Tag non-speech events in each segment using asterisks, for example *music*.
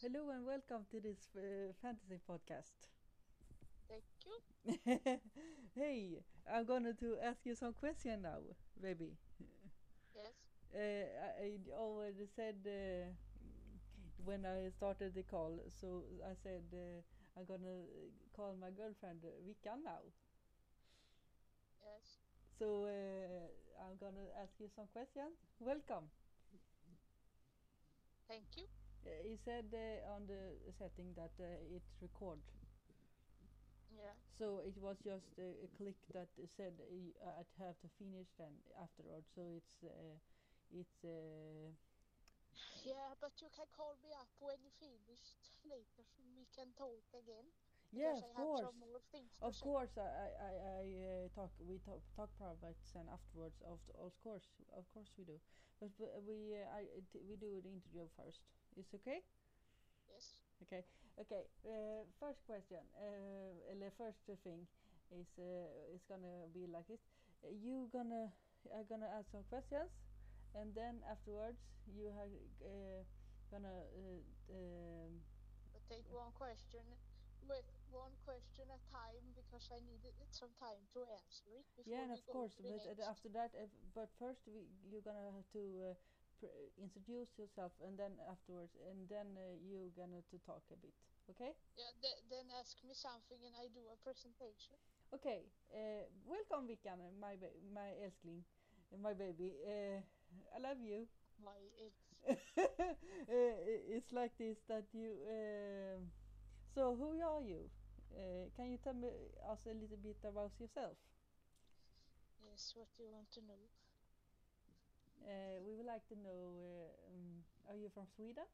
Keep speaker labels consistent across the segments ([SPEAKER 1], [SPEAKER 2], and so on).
[SPEAKER 1] Hello and welcome to this uh, fantasy podcast. *laughs*
[SPEAKER 2] Thank you.
[SPEAKER 1] hey, I'm going to ask you some question now, baby.
[SPEAKER 2] Yes.
[SPEAKER 1] Uh, I I already said uh, when I started the call, so I said uh, I'm gonna call my girlfriend uh, Vickan now.
[SPEAKER 2] Yes.
[SPEAKER 1] So uh, I'm gonna ask you some questions. Welcome.
[SPEAKER 2] Thank you.
[SPEAKER 1] Uh, you said uh, on the setting that uh, it record.
[SPEAKER 2] Yeah.
[SPEAKER 1] So it was just a, a click that said uh, I'd have to finish then afterward. So it's uh, it's uh,
[SPEAKER 2] Yeah, but you can call me up when you finished later so we can talk again.
[SPEAKER 1] yeah,
[SPEAKER 2] because
[SPEAKER 1] of
[SPEAKER 2] I have
[SPEAKER 1] course,
[SPEAKER 2] some more things to
[SPEAKER 1] of
[SPEAKER 2] say.
[SPEAKER 1] course. I I, I I, uh, talk we talk talk privates and afterwards of the- of course of course we do, but, but we uh, I it- we do the interview first. It's okay.
[SPEAKER 2] Yes.
[SPEAKER 1] Okay, okay. Uh, first question, uh, eller first thing is uh, it's gonna be like this. Uh, You gonna are gonna ask some questions, and then afterwards you are uh, gonna uh, um,
[SPEAKER 2] But take one question with one question at time because I need some time to answer it before
[SPEAKER 1] yeah, and
[SPEAKER 2] we
[SPEAKER 1] of
[SPEAKER 2] go
[SPEAKER 1] course.
[SPEAKER 2] to the
[SPEAKER 1] But uh,
[SPEAKER 2] next.
[SPEAKER 1] after that, if, but first we, you're gonna have to uh, pr- introduce yourself, and then afterwards, and then uh, you're gonna to talk a bit. Okay.
[SPEAKER 2] Yeah, th- then ask me something and I do a presentation.
[SPEAKER 1] Okej, eh, welcome Vickan, my, ba- my älskling, my baby. Eh, I love you. *laughs*
[SPEAKER 2] Why it's
[SPEAKER 1] Eh, it's like this that you... ehm, so who are you? Eh, can you tell me us a little bit about yourself?
[SPEAKER 2] yes what you want to know.
[SPEAKER 1] Eh, we would like to know, eh, um, are you from Sweden?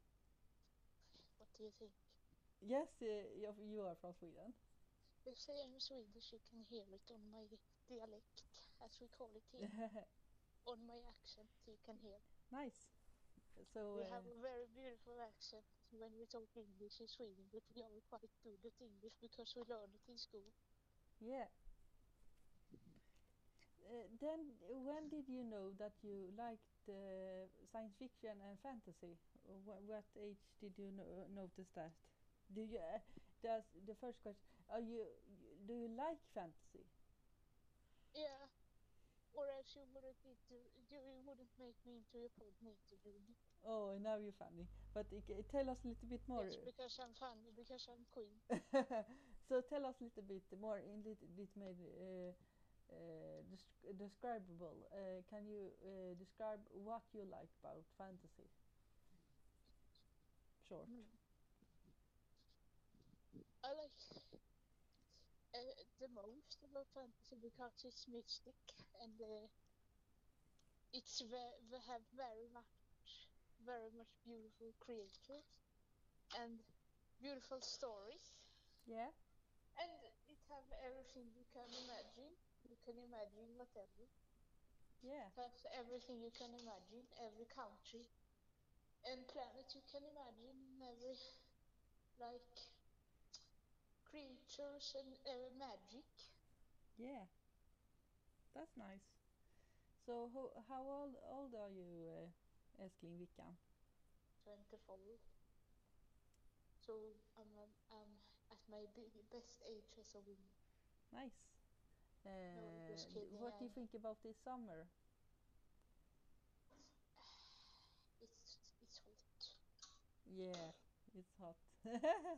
[SPEAKER 2] What do you think?
[SPEAKER 1] Yes, eh, you you are from Sweden.
[SPEAKER 2] If I am Swedish you can hear it on my dialect as we call it here. on my accent you can hear.
[SPEAKER 1] *laughs* nice. So,
[SPEAKER 2] We
[SPEAKER 1] eh,
[SPEAKER 2] have a very beautiful accent when we talk English in Sweden, but we are quite good at English because we learned it in school.
[SPEAKER 1] yeah. Uh, then uh, when did you know that you liked uh, science fiction and fantasy? Wh- what age did you no- notice that? Do you uh, does the first question? Are you you- do you like fantasy?
[SPEAKER 2] Yeah, or else you wouldn't inter- you, you wouldn't make me into your pod interview.
[SPEAKER 1] Oh, now you're funny. But i- c- tell us a little bit more.
[SPEAKER 2] Yes, because I'm funny, because I'm queen.
[SPEAKER 1] *laughs* so tell us a little bit more in little bit more uh, uh, desc- describable. Uh, can you uh, describe what you like about fantasy? Short.
[SPEAKER 2] Mm. I like uh, the most about fantasy because it's mystic and uh, it's ve- we have very much, very much beautiful creatures and beautiful stories.
[SPEAKER 1] Yeah.
[SPEAKER 2] And it have everything you can imagine. You can imagine whatever.
[SPEAKER 1] Yeah.
[SPEAKER 2] It has everything you can imagine, every country and planet you can imagine, and every like creatures and uh, magic.
[SPEAKER 1] Yeah, that's nice. So ho- how old old are you, uh, älskling Vickan?
[SPEAKER 2] Twenty-four. So I'm, um, I'm at my be- best age as a woman.
[SPEAKER 1] Nice. Uh,
[SPEAKER 2] I'm just
[SPEAKER 1] d-
[SPEAKER 2] kidding,
[SPEAKER 1] what do you
[SPEAKER 2] I-
[SPEAKER 1] think about this summer?
[SPEAKER 2] It's it's hot.
[SPEAKER 1] Yeah, it's hot. *laughs*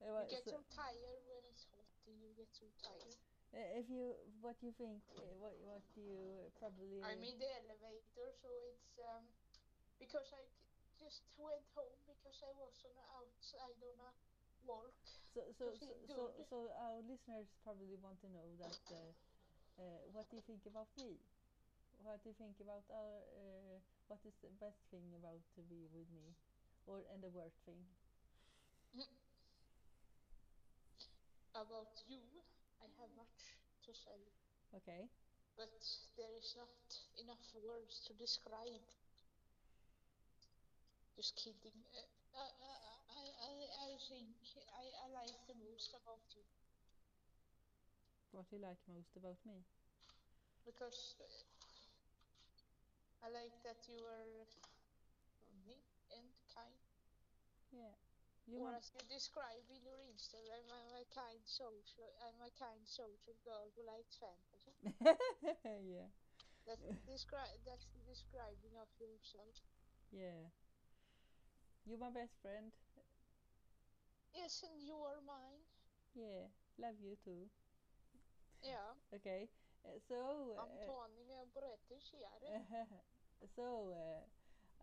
[SPEAKER 1] Uh,
[SPEAKER 2] You
[SPEAKER 1] well,
[SPEAKER 2] get
[SPEAKER 1] so,
[SPEAKER 2] so tired when it's hot, and you get so tired.
[SPEAKER 1] uh, if you, what do you think? Uh, what what do you probably?
[SPEAKER 2] I'm in the elevator, so it's um, because I c- just went home because I was on a outside on a walk.
[SPEAKER 1] So so
[SPEAKER 2] to feel
[SPEAKER 1] so so,
[SPEAKER 2] good.
[SPEAKER 1] so our listeners probably want to know that. Uh, uh, what do you think about me? What do you think about our? Uh, what is the best thing about to be with me, or and the worst thing?
[SPEAKER 2] About you, I have much to say,
[SPEAKER 1] Okay.
[SPEAKER 2] but there is not enough words to describe. Just kidding. Uh, I, I, I, I- I think I, I like the most about you
[SPEAKER 1] What you like most about me?
[SPEAKER 2] because uh, I like that you are funny and kind.
[SPEAKER 1] Yeah. You
[SPEAKER 2] or
[SPEAKER 1] want
[SPEAKER 2] as you describe in your Instagram, I'm a kind social, I'm a kind social girl who likes fantasy.
[SPEAKER 1] *laughs* yeah, *laughs*
[SPEAKER 2] That's describe. That's the describing of yourself.
[SPEAKER 1] yeah. You're my best friend.
[SPEAKER 2] Yes, and you are mine.
[SPEAKER 1] Yeah, love you too. *laughs*
[SPEAKER 2] Ja,
[SPEAKER 1] Okay, uh, so uh,
[SPEAKER 2] Antonia berättar
[SPEAKER 1] *laughs*
[SPEAKER 2] senare.
[SPEAKER 1] so uh,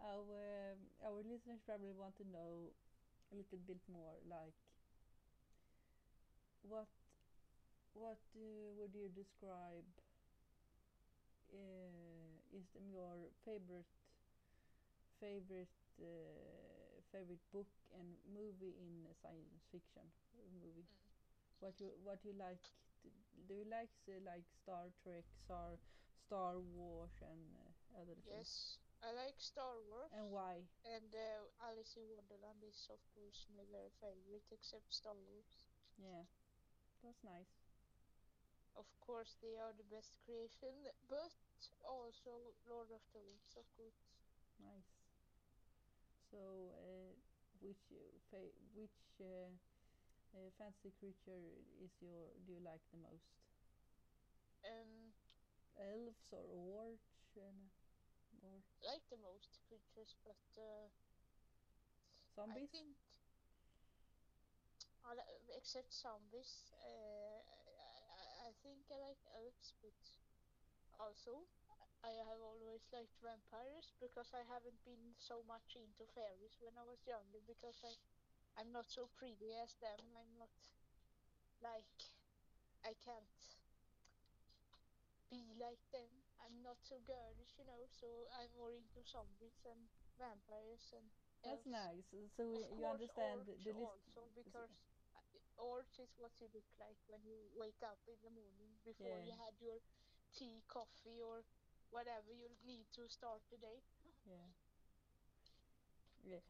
[SPEAKER 1] our um, our listeners probably want to know a little bit more, like what what uh, would you describe uh, is them your favorite favorite uh, favorite book and movie in science fiction movie? What you what you like? To, do you like say, like Star Trek, Star Star Wars and uh, other things.
[SPEAKER 2] Yes, I like Star Wars.
[SPEAKER 1] And why?
[SPEAKER 2] And uh, Alice in Wonderland is of course my very favorite, except Star Wars.
[SPEAKER 1] Yeah, that's nice.
[SPEAKER 2] Of course, they are the best creation, but also Lord of the Rings, of course.
[SPEAKER 1] Nice. So, uh, which uh, fa- which uh, uh, fancy creature is your do you like the most?
[SPEAKER 2] Um,
[SPEAKER 1] Elves or orcs and or
[SPEAKER 2] like the most creatures, but uh, I
[SPEAKER 1] zombies?
[SPEAKER 2] think. I li- except zombies, uh, I, I- I think I like elves, but also I have always liked vampires because I haven't been so much into fairies when I was younger because I, I'm not so pretty as them. I'm not like I can't be like them. I'm not so girlish, you know. So I'm more into zombies and vampires and
[SPEAKER 1] That's
[SPEAKER 2] elves.
[SPEAKER 1] nice. So
[SPEAKER 2] Of
[SPEAKER 1] you
[SPEAKER 2] course,
[SPEAKER 1] understand the,
[SPEAKER 2] orch
[SPEAKER 1] the list.
[SPEAKER 2] also because uh, orch is what you look like when you wake up in the morning before you
[SPEAKER 1] Yeah.
[SPEAKER 2] had your tea, coffee, or whatever you need to start the day.
[SPEAKER 1] Yeah. Yeah.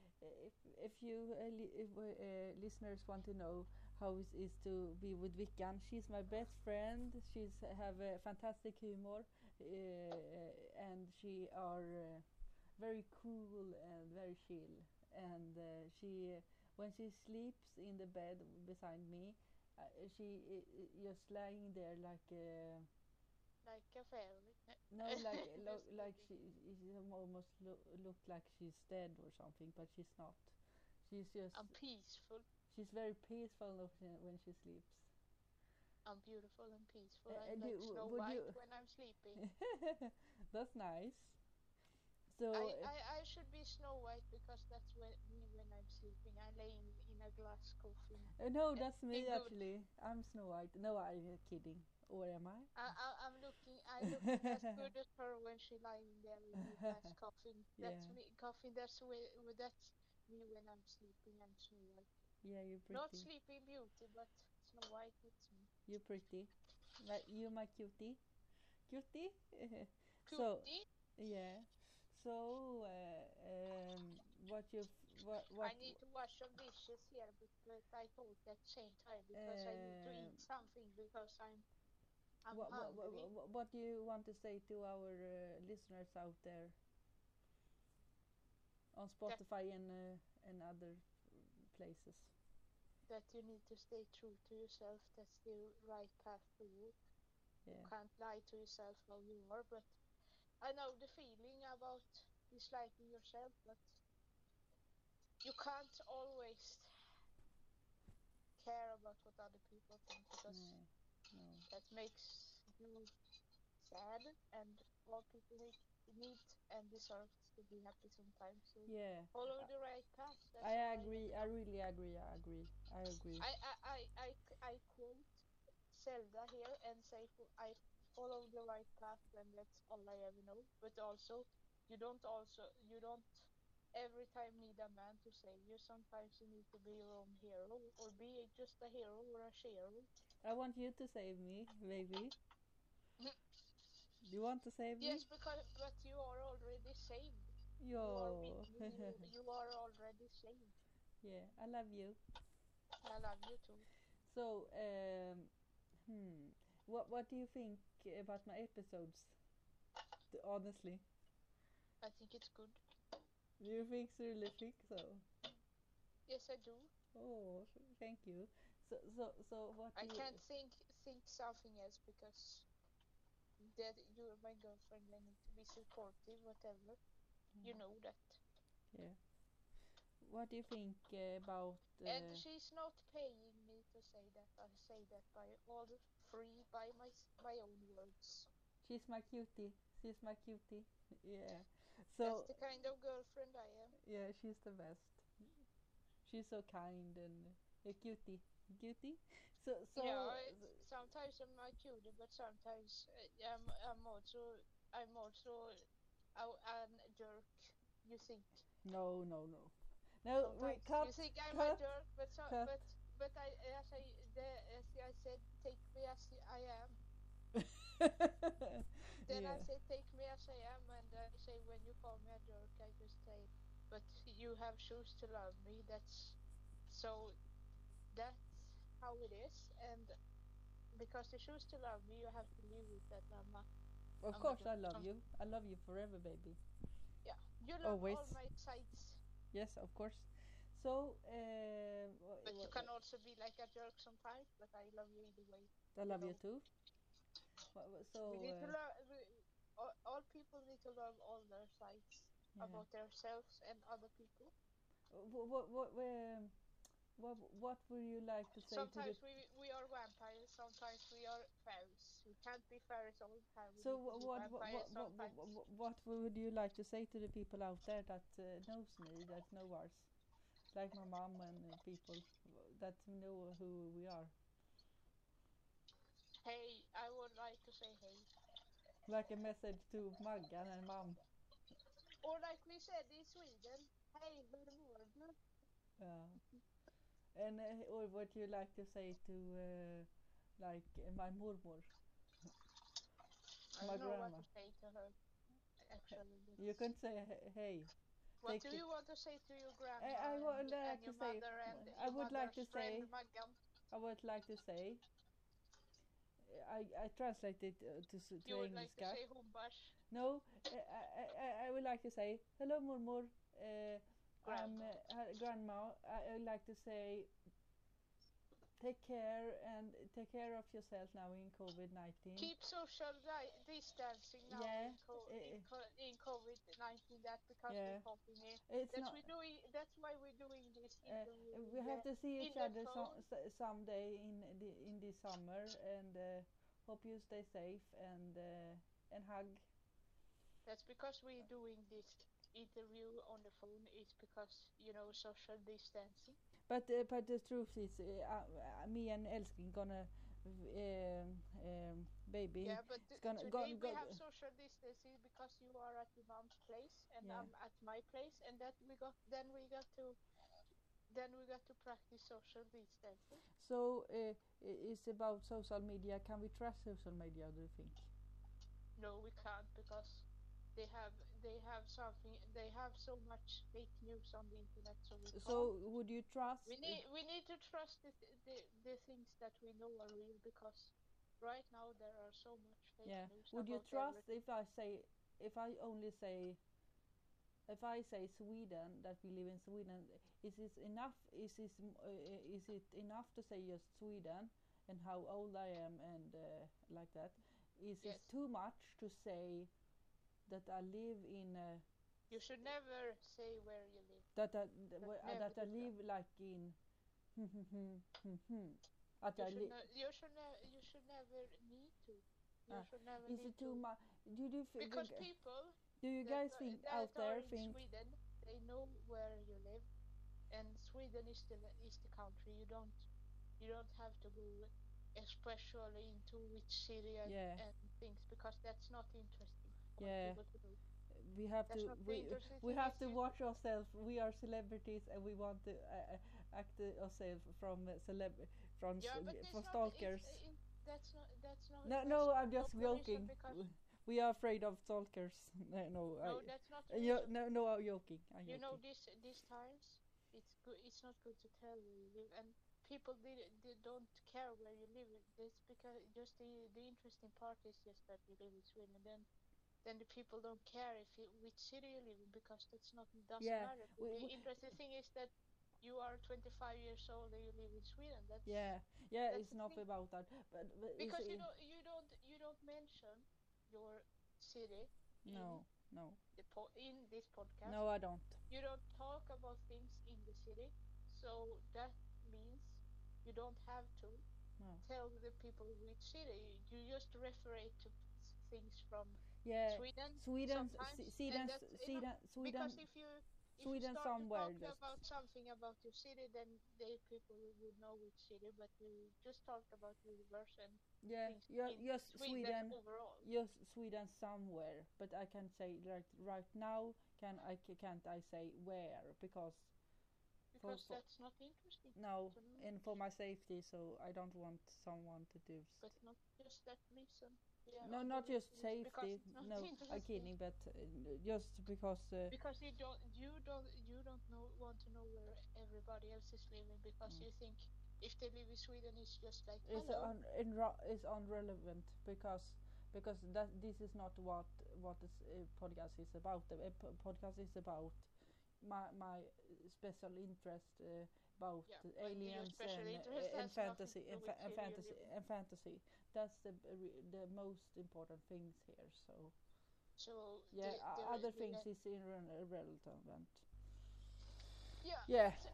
[SPEAKER 1] If if you uh, li- if, uh, uh, listeners want to know how it is to be with Vickan, she's my best friend. She's uh, have a fantastic humor, uh, and she are uh, very cool and very chill. And uh, she uh, when she sleeps in the bed beside me, uh, she i i- just lying there like. Uh,
[SPEAKER 2] Like a fairy.
[SPEAKER 1] no, like lo-
[SPEAKER 2] Just
[SPEAKER 1] like she
[SPEAKER 2] looking.
[SPEAKER 1] she almost lo- looked like she's dead or something, but she's not. She's just
[SPEAKER 2] I'm peaceful.
[SPEAKER 1] she's very peaceful when she- when she sleeps. *laughs*
[SPEAKER 2] I'm beautiful and peaceful.
[SPEAKER 1] Uh,
[SPEAKER 2] I'm
[SPEAKER 1] and
[SPEAKER 2] like
[SPEAKER 1] you-
[SPEAKER 2] Snow
[SPEAKER 1] would
[SPEAKER 2] White
[SPEAKER 1] you-
[SPEAKER 2] when I'm sleeping.
[SPEAKER 1] That's nice. *laughs* So
[SPEAKER 2] I,
[SPEAKER 1] uh,
[SPEAKER 2] I, I should be Snow White because that's when me when I'm sleeping. I lay in, in a glass coffin.
[SPEAKER 1] uh, no, that's me
[SPEAKER 2] good.
[SPEAKER 1] actually. I'm Snow White. No, I'm kidding. Or am I?
[SPEAKER 2] I, I, I'm looking. I
[SPEAKER 1] *laughs*
[SPEAKER 2] look as good as her when she lying there in the glass coffin. That's
[SPEAKER 1] Yeah.
[SPEAKER 2] me. Coffin. That's where. That's me when I'm sleeping. I'm Snow White.
[SPEAKER 1] Yeah, you're
[SPEAKER 2] Not
[SPEAKER 1] pretty.
[SPEAKER 2] Sleeping Beauty, but Snow White. It's me.
[SPEAKER 1] You're pretty. Like you, my cutie, cutie. *laughs* So
[SPEAKER 2] Cutie.
[SPEAKER 1] yeah. So uh, um, what you f- what what?
[SPEAKER 2] I need to wash some dishes here, but, but I thought at the same time because I need to
[SPEAKER 1] Um,
[SPEAKER 2] eat something because I'm I'm
[SPEAKER 1] What, what,
[SPEAKER 2] hungry.
[SPEAKER 1] what, what, what do you want to say to our uh, listeners out there on Spotify and uh, and other places?
[SPEAKER 2] That you need to stay true to yourself. That's the right path for you.
[SPEAKER 1] Yeah,
[SPEAKER 2] can't lie to yourself how you are, but I know the feeling about disliking yourself, but you can't always care about what other people think because
[SPEAKER 1] no, no.
[SPEAKER 2] that makes you sad and all people need- need and deserve to be happy sometimes. So
[SPEAKER 1] yeah.
[SPEAKER 2] follow the right path. That's
[SPEAKER 1] I
[SPEAKER 2] all
[SPEAKER 1] agree. I really agree. I agree. I agree.
[SPEAKER 2] I, I, I, I, I quote Zelda here and say fo- I follow the right path and that's all I ever know. But also, you don't also you don't every time need a man to save you. Sometimes you need to be your own hero or be just a hero or a shero.
[SPEAKER 1] I want you to save me,
[SPEAKER 2] *laughs*
[SPEAKER 1] baby. You want to save
[SPEAKER 2] Yes, because but you are already saved.
[SPEAKER 1] me?
[SPEAKER 2] You are
[SPEAKER 1] *laughs* Yo.
[SPEAKER 2] with me. You, you are already saved.
[SPEAKER 1] yeah, I love you.
[SPEAKER 2] I love you too.
[SPEAKER 1] So, um, hmm, what what do you think about my episodes? Th- Honestly,
[SPEAKER 2] I think it's good.
[SPEAKER 1] do you think seriously think so?
[SPEAKER 2] Yes, I do.
[SPEAKER 1] Oh, thank you. So, so, so what?
[SPEAKER 2] I
[SPEAKER 1] do you-
[SPEAKER 2] can't think think something else because that you are my girlfriend. I need to be supportive, whatever. You
[SPEAKER 1] Mm.
[SPEAKER 2] know that.
[SPEAKER 1] Yeah. What do you think uh, about? Uh,
[SPEAKER 2] and she's not paying me to say that. I say that by all free by my s- my own words.
[SPEAKER 1] she's my cutie. She's my cutie. Yeah. So
[SPEAKER 2] That's the kind of girlfriend I am.
[SPEAKER 1] yeah, she's the best. She's so kind and a cutie, cutie. So so
[SPEAKER 2] yeah, I,
[SPEAKER 1] so-
[SPEAKER 2] sometimes I'm a cutie, but sometimes uh, I'm I'm also I'm also a, an jerk. You think?
[SPEAKER 1] no no no no. We
[SPEAKER 2] sometimes.
[SPEAKER 1] cut
[SPEAKER 2] You think I'm
[SPEAKER 1] cut.
[SPEAKER 2] a jerk, but so,
[SPEAKER 1] cut.
[SPEAKER 2] but but I as I the, as I said, take me as I am.
[SPEAKER 1] *laughs*
[SPEAKER 2] Then I
[SPEAKER 1] yeah.
[SPEAKER 2] say, take me as I am, and I say, when you call me a jerk, I just say, but you have choose to love me. That's so. That's how it is, and because you choose to love me, you have to live with that, Mama. I'm
[SPEAKER 1] Of course,
[SPEAKER 2] not-
[SPEAKER 1] I love
[SPEAKER 2] I'm-
[SPEAKER 1] you. I love you forever, baby.
[SPEAKER 2] You love
[SPEAKER 1] Always.
[SPEAKER 2] all my sides,
[SPEAKER 1] Yes, of course. So, uh, wha-
[SPEAKER 2] but you
[SPEAKER 1] wha-
[SPEAKER 2] can also be like a jerk sometimes. But I love you either way.
[SPEAKER 1] I love you
[SPEAKER 2] know.
[SPEAKER 1] too. Wha- wha- So,
[SPEAKER 2] we need to
[SPEAKER 1] uh,
[SPEAKER 2] love. We, all, all people need to love all their sides
[SPEAKER 1] yeah.
[SPEAKER 2] about themselves and other people.
[SPEAKER 1] what, what, what, um, what, what would you like to say to
[SPEAKER 2] Sometimes
[SPEAKER 1] the?
[SPEAKER 2] we we are vampires. Sometimes we are fairies. We can't be fairies all the time. We
[SPEAKER 1] So,
[SPEAKER 2] need to
[SPEAKER 1] what,
[SPEAKER 2] be
[SPEAKER 1] what, what,
[SPEAKER 2] vampires
[SPEAKER 1] what, what,
[SPEAKER 2] sometimes.
[SPEAKER 1] what, what would you like to say to the people out there that uh, knows me, that know us, like my mom and uh, people that know who we are,
[SPEAKER 2] Hey, I would like to say hey.
[SPEAKER 1] like a message to Maggan and mom.
[SPEAKER 2] Or like we said in Sweden, hey, välkommen.
[SPEAKER 1] Yeah. uh, And uh, or what you like to say to uh, like uh, my mormor?
[SPEAKER 2] I
[SPEAKER 1] My
[SPEAKER 2] don't know what
[SPEAKER 1] grandma.
[SPEAKER 2] to say to her. Actually,
[SPEAKER 1] *laughs* You can say he- hey.
[SPEAKER 2] what
[SPEAKER 1] take
[SPEAKER 2] do
[SPEAKER 1] it.
[SPEAKER 2] you want to say to your grandma
[SPEAKER 1] I
[SPEAKER 2] and,
[SPEAKER 1] would
[SPEAKER 2] y-
[SPEAKER 1] like
[SPEAKER 2] and your
[SPEAKER 1] to say-
[SPEAKER 2] mother and
[SPEAKER 1] I
[SPEAKER 2] your
[SPEAKER 1] would like
[SPEAKER 2] mother's
[SPEAKER 1] to
[SPEAKER 2] friend,
[SPEAKER 1] say-
[SPEAKER 2] Maggan?
[SPEAKER 1] I would like to say. I I translate it uh, to s- to
[SPEAKER 2] You would
[SPEAKER 1] English.
[SPEAKER 2] like to
[SPEAKER 1] guy.
[SPEAKER 2] say humbars.
[SPEAKER 1] No, uh, I, I I- I would like to say hello, mormor. Uh, I'm uh, uh, grandma. I, I would like to say take care and take care of yourself now in COVID nineteen.
[SPEAKER 2] Keep social di- distancing now
[SPEAKER 1] Yeah,
[SPEAKER 2] in, co- in,
[SPEAKER 1] eh.
[SPEAKER 2] co- in COVID nineteen. That because
[SPEAKER 1] Yeah.
[SPEAKER 2] we're copying it.
[SPEAKER 1] It's
[SPEAKER 2] That's
[SPEAKER 1] not.
[SPEAKER 2] we doing. That's why we're doing this.
[SPEAKER 1] Uh,
[SPEAKER 2] interview
[SPEAKER 1] Uh,
[SPEAKER 2] with
[SPEAKER 1] We have
[SPEAKER 2] the-
[SPEAKER 1] to see each
[SPEAKER 2] in the
[SPEAKER 1] other so,
[SPEAKER 2] phone.
[SPEAKER 1] so, someday in the in the summer, and uh, hope you stay safe and uh, and hug.
[SPEAKER 2] That's because we're doing this interview on the phone. It's because you know social distancing.
[SPEAKER 1] But uh, but the truth is, uh, uh, me and Elskin gonna um, um, baby.
[SPEAKER 2] Yeah, but t-
[SPEAKER 1] gonna- uh,
[SPEAKER 2] today
[SPEAKER 1] gone-
[SPEAKER 2] we
[SPEAKER 1] gone-
[SPEAKER 2] have social distancing because you are at your mom's place and
[SPEAKER 1] Yeah.
[SPEAKER 2] I'm at my place, and that we got. Then we got to. Then we got to practice social distancing.
[SPEAKER 1] So uh, i- it's about social media. Can we trust social media? Do you think?
[SPEAKER 2] No, we can't because they have they have something they have so much fake news on the internet, so we
[SPEAKER 1] So
[SPEAKER 2] can't.
[SPEAKER 1] would you trust?
[SPEAKER 2] We need we need to trust the, th- the the things that we know are real because right now there are so much fake
[SPEAKER 1] Yeah.
[SPEAKER 2] news.
[SPEAKER 1] Would you
[SPEAKER 2] about
[SPEAKER 1] trust
[SPEAKER 2] everything.
[SPEAKER 1] if I say if I only say if I say Sweden that we live in Sweden? Is it enough? Is this m- uh, uh, is it enough to say just Sweden and how old I am and uh, like that? Is
[SPEAKER 2] Yes.
[SPEAKER 1] it too much to say that I live in uh,
[SPEAKER 2] You should never say where you live.
[SPEAKER 1] that I th- where- uh,
[SPEAKER 2] never
[SPEAKER 1] that I
[SPEAKER 2] do that.
[SPEAKER 1] live like in hmm, that
[SPEAKER 2] You
[SPEAKER 1] I
[SPEAKER 2] should,
[SPEAKER 1] live?
[SPEAKER 2] ne- you should ne- you should never need to. You
[SPEAKER 1] Ah,
[SPEAKER 2] should never
[SPEAKER 1] Is
[SPEAKER 2] need
[SPEAKER 1] it too
[SPEAKER 2] to.
[SPEAKER 1] much? Do you f-
[SPEAKER 2] Because
[SPEAKER 1] think-
[SPEAKER 2] people
[SPEAKER 1] do you
[SPEAKER 2] that
[SPEAKER 1] guys
[SPEAKER 2] are-
[SPEAKER 1] think
[SPEAKER 2] that
[SPEAKER 1] out
[SPEAKER 2] are
[SPEAKER 1] there
[SPEAKER 2] in
[SPEAKER 1] think
[SPEAKER 2] Sweden, they know where you live, and Sweden is the is the country. You don't you don't have to go especially into which city and,
[SPEAKER 1] Yeah.
[SPEAKER 2] and things because that's not interesting. for
[SPEAKER 1] Yeah.
[SPEAKER 2] people to know.
[SPEAKER 1] we have
[SPEAKER 2] That's
[SPEAKER 1] to
[SPEAKER 2] not the
[SPEAKER 1] we,
[SPEAKER 2] interesting
[SPEAKER 1] we
[SPEAKER 2] thing
[SPEAKER 1] have
[SPEAKER 2] is
[SPEAKER 1] to
[SPEAKER 2] you-
[SPEAKER 1] watch ourselves. We are celebrities, and we want to uh, uh, act uh, ourselves from uh, celeb from
[SPEAKER 2] Yeah,
[SPEAKER 1] s-
[SPEAKER 2] but
[SPEAKER 1] uh,
[SPEAKER 2] it's
[SPEAKER 1] for
[SPEAKER 2] not,
[SPEAKER 1] stalkers.
[SPEAKER 2] It's, it, that's not that's not.
[SPEAKER 1] No,
[SPEAKER 2] that's
[SPEAKER 1] no,
[SPEAKER 2] not
[SPEAKER 1] I'm just
[SPEAKER 2] the reason
[SPEAKER 1] joking.
[SPEAKER 2] because-
[SPEAKER 1] W- We are afraid of stalkers. *laughs* no, no, I,
[SPEAKER 2] no, that's not. the
[SPEAKER 1] uh, yo-
[SPEAKER 2] reason.
[SPEAKER 1] no, no, I'm joking. I'm
[SPEAKER 2] you
[SPEAKER 1] joking.
[SPEAKER 2] know this these times it's good it's not good to tell where you live and people they, they don't care where you live it's because just the the interesting part is just that you live in sweden then then the people don't care if you, which city you live in because that's not doesn't
[SPEAKER 1] Yeah,
[SPEAKER 2] matter
[SPEAKER 1] we-
[SPEAKER 2] the
[SPEAKER 1] we-
[SPEAKER 2] interesting thing is that you are 25 years old and you live in Sweden. That's
[SPEAKER 1] Yeah, yeah,
[SPEAKER 2] that's
[SPEAKER 1] it's
[SPEAKER 2] the
[SPEAKER 1] not
[SPEAKER 2] thing.
[SPEAKER 1] about that. But, but it's
[SPEAKER 2] because you
[SPEAKER 1] in-
[SPEAKER 2] don't you don't you don't mention your city
[SPEAKER 1] no, no,
[SPEAKER 2] the po- in this podcast.
[SPEAKER 1] no, I don't.
[SPEAKER 2] You don't talk about things in the city, so that means you don't have to
[SPEAKER 1] No.
[SPEAKER 2] tell the people which city. You just refer to things from
[SPEAKER 1] Yeah,
[SPEAKER 2] Sweden.
[SPEAKER 1] Sweden,
[SPEAKER 2] sometimes, and
[SPEAKER 1] Sweden,
[SPEAKER 2] that's enough,
[SPEAKER 1] Sweden, Uh, Sweden.
[SPEAKER 2] Because if you if
[SPEAKER 1] Sweden
[SPEAKER 2] you start
[SPEAKER 1] somewhere,
[SPEAKER 2] to talk
[SPEAKER 1] just-
[SPEAKER 2] about something about your city, then the people would know which city. But you just talk about universe and
[SPEAKER 1] Yeah,
[SPEAKER 2] things
[SPEAKER 1] yeah,
[SPEAKER 2] in
[SPEAKER 1] yes, Sweden.
[SPEAKER 2] Sweden, overall.
[SPEAKER 1] Yes, Sweden somewhere, but I can't say right right now. Can I c- can't I say where because
[SPEAKER 2] Because
[SPEAKER 1] for-
[SPEAKER 2] that's not interesting.
[SPEAKER 1] no,
[SPEAKER 2] to know.
[SPEAKER 1] and for my safety, so I don't want someone to do. s-
[SPEAKER 2] But not just that reason. Yeah,
[SPEAKER 1] no,
[SPEAKER 2] other
[SPEAKER 1] not just
[SPEAKER 2] reasons, because
[SPEAKER 1] safety.
[SPEAKER 2] it's not *laughs*
[SPEAKER 1] No, I'm
[SPEAKER 2] interesting.
[SPEAKER 1] kidding, but uh, n- just because uh,
[SPEAKER 2] Because you don't, you don't, you don't know, want to know where everybody else is living because
[SPEAKER 1] Mm.
[SPEAKER 2] you think if they live in Sweden, it's just like
[SPEAKER 1] it's uh,
[SPEAKER 2] hello.
[SPEAKER 1] un inro- it's unrelevant because because that this is not what what this uh, podcast is about. The uh, po- podcast is about my my uh, special interest uh, about
[SPEAKER 2] Yeah,
[SPEAKER 1] the
[SPEAKER 2] like your
[SPEAKER 1] aliens
[SPEAKER 2] special
[SPEAKER 1] and,
[SPEAKER 2] interest
[SPEAKER 1] uh,
[SPEAKER 2] has
[SPEAKER 1] and
[SPEAKER 2] nothing
[SPEAKER 1] fantasy
[SPEAKER 2] to do
[SPEAKER 1] and,
[SPEAKER 2] with
[SPEAKER 1] fa- and
[SPEAKER 2] serial
[SPEAKER 1] fantasy
[SPEAKER 2] living.
[SPEAKER 1] and fantasy. That's the b- re- the most important things here. So
[SPEAKER 2] So
[SPEAKER 1] yeah,
[SPEAKER 2] the-
[SPEAKER 1] o-
[SPEAKER 2] the
[SPEAKER 1] other
[SPEAKER 2] re-
[SPEAKER 1] things is irre- irrelevant.
[SPEAKER 2] Yeah,
[SPEAKER 1] Yeah.
[SPEAKER 2] Uh,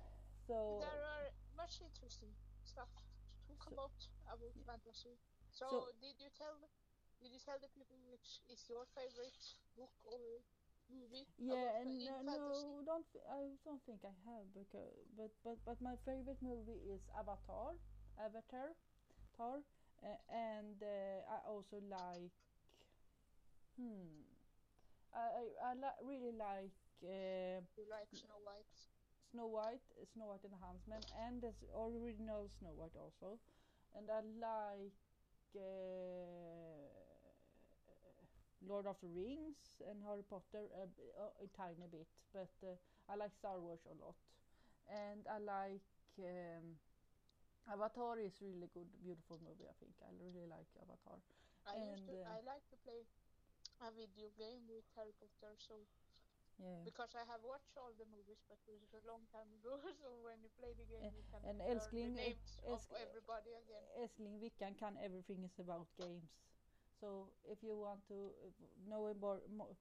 [SPEAKER 2] so
[SPEAKER 1] So
[SPEAKER 2] there are much interesting stuff to talk
[SPEAKER 1] So-
[SPEAKER 2] about about
[SPEAKER 1] yeah.
[SPEAKER 2] fantasy. So,
[SPEAKER 1] So-
[SPEAKER 2] did you tell, did you tell the people which is your favorite book or movie?
[SPEAKER 1] yeah,
[SPEAKER 2] about
[SPEAKER 1] and
[SPEAKER 2] fa-
[SPEAKER 1] no,
[SPEAKER 2] in fantasy?
[SPEAKER 1] no, don't thi- I don't think I have because but but but my favorite movie is Avatar, Avatar, Tar, uh, and uh, I also like. Hmm. I I, I li- really like. Uh,
[SPEAKER 2] You like Snow White?
[SPEAKER 1] Snow White, uh, Snow White and the Huntsman, and the s- original Snow White also. And I like eh, uh, Lord of the Rings and Harry Potter a, b- oh, a- a tiny bit, but uh, I like Star Wars a lot. And I like um, Avatar is really good, beautiful movie. I think I really like Avatar.
[SPEAKER 2] I used to,
[SPEAKER 1] And, uh,
[SPEAKER 2] I like to play a video game with Harry Potter, so
[SPEAKER 1] Yeah.
[SPEAKER 2] because I have watched all the movies, but it was a long time ago. *laughs* So when you play the game, you can
[SPEAKER 1] Eh, and
[SPEAKER 2] learn
[SPEAKER 1] älskling,
[SPEAKER 2] the
[SPEAKER 1] eh,
[SPEAKER 2] names of
[SPEAKER 1] älsk-
[SPEAKER 2] everybody again.
[SPEAKER 1] Älskling Vickan kan everything is about games. So if you want to uh, know more, mo-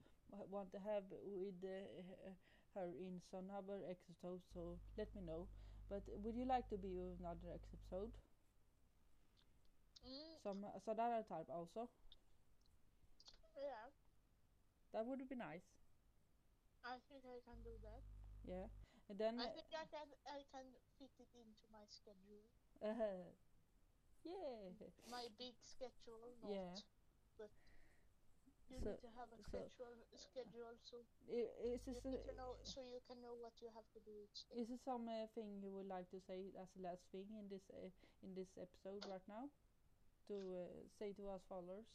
[SPEAKER 1] want to have with uh, her in some other episode, so let me know. But would you like to be in another episode?
[SPEAKER 2] Mm,
[SPEAKER 1] Some some other type also.
[SPEAKER 2] yeah,
[SPEAKER 1] That would be nice.
[SPEAKER 2] I think I can do that.
[SPEAKER 1] Yeah. And then.
[SPEAKER 2] I think I can I can fit it into my schedule,
[SPEAKER 1] uh, *laughs* yeah.
[SPEAKER 2] my big schedule. Not,
[SPEAKER 1] Yeah.
[SPEAKER 2] But you
[SPEAKER 1] So-
[SPEAKER 2] need to have a
[SPEAKER 1] so-
[SPEAKER 2] schedule, schedule so
[SPEAKER 1] I- Is
[SPEAKER 2] you
[SPEAKER 1] this
[SPEAKER 2] need to
[SPEAKER 1] a-
[SPEAKER 2] know so you can know what you have to do each day.
[SPEAKER 1] is this something you would like to say as the last thing in this uh, in this episode right now? To uh, say to us followers.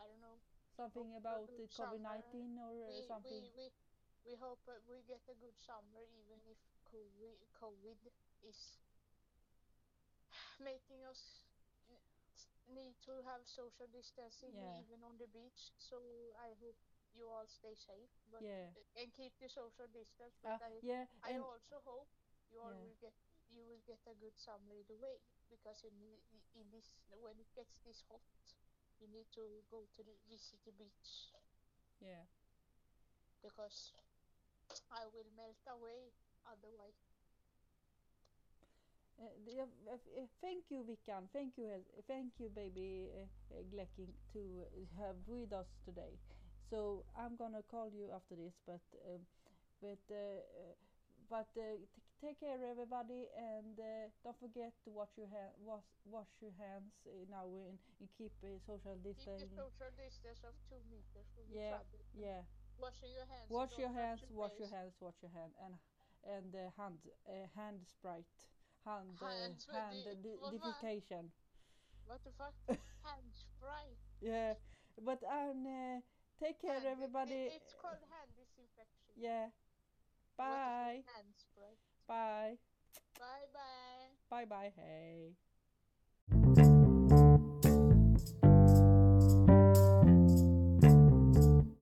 [SPEAKER 2] I don't know.
[SPEAKER 1] Something
[SPEAKER 2] Hope
[SPEAKER 1] about
[SPEAKER 2] the
[SPEAKER 1] the COVID
[SPEAKER 2] summer
[SPEAKER 1] nineteen or uh,
[SPEAKER 2] we,
[SPEAKER 1] something.
[SPEAKER 2] We, we, we hope uh, we get a good summer even if COVID, COVID is making us n- need to have social distancing
[SPEAKER 1] Yeah.
[SPEAKER 2] even on the beach. So I hope you all stay safe but
[SPEAKER 1] yeah.
[SPEAKER 2] and keep the social distance.
[SPEAKER 1] Uh,
[SPEAKER 2] But I,
[SPEAKER 1] yeah.
[SPEAKER 2] I
[SPEAKER 1] And
[SPEAKER 2] also hope you all
[SPEAKER 1] Yeah.
[SPEAKER 2] will get you will get a good summer either way because in, the- in this when it gets this hot, you need to go to the, visit the beach
[SPEAKER 1] yeah.
[SPEAKER 2] because I will melt away otherwise.
[SPEAKER 1] Uh, the- jag- jag- eh, thank you Vickan, thank you, Hel- thank you baby uh, Glecking to uh, have with us today. So I'm gonna call you after this, but um, but uh, uh, but uh, t- take care everybody, and uh, don't forget to wash your ha- wash wash your hands uh, now and, and keep uh, social
[SPEAKER 2] Keep the
[SPEAKER 1] distance.
[SPEAKER 2] social distance of two meters from each
[SPEAKER 1] Yeah,
[SPEAKER 2] other.
[SPEAKER 1] Yeah.
[SPEAKER 2] Washing your hands.
[SPEAKER 1] Wash
[SPEAKER 2] don't
[SPEAKER 1] your
[SPEAKER 2] touch
[SPEAKER 1] hands, wash your
[SPEAKER 2] face.
[SPEAKER 1] hands, wash your hand, and and uh, hand uh, hand sprite, hand uh,
[SPEAKER 2] Hand sprite,
[SPEAKER 1] hand
[SPEAKER 2] the-
[SPEAKER 1] uh, di-
[SPEAKER 2] what ma-
[SPEAKER 1] defecation.
[SPEAKER 2] What the
[SPEAKER 1] *laughs*
[SPEAKER 2] fuck? hands right.
[SPEAKER 1] Yeah, but and uh, take care,
[SPEAKER 2] Hand- it- *laughs*
[SPEAKER 1] everybody.
[SPEAKER 2] It's called hand disinfection.
[SPEAKER 1] Yeah,
[SPEAKER 2] What is it?
[SPEAKER 1] bye,
[SPEAKER 2] Hands right.
[SPEAKER 1] bye,
[SPEAKER 2] Bye bye.
[SPEAKER 1] bye, bye. Hey.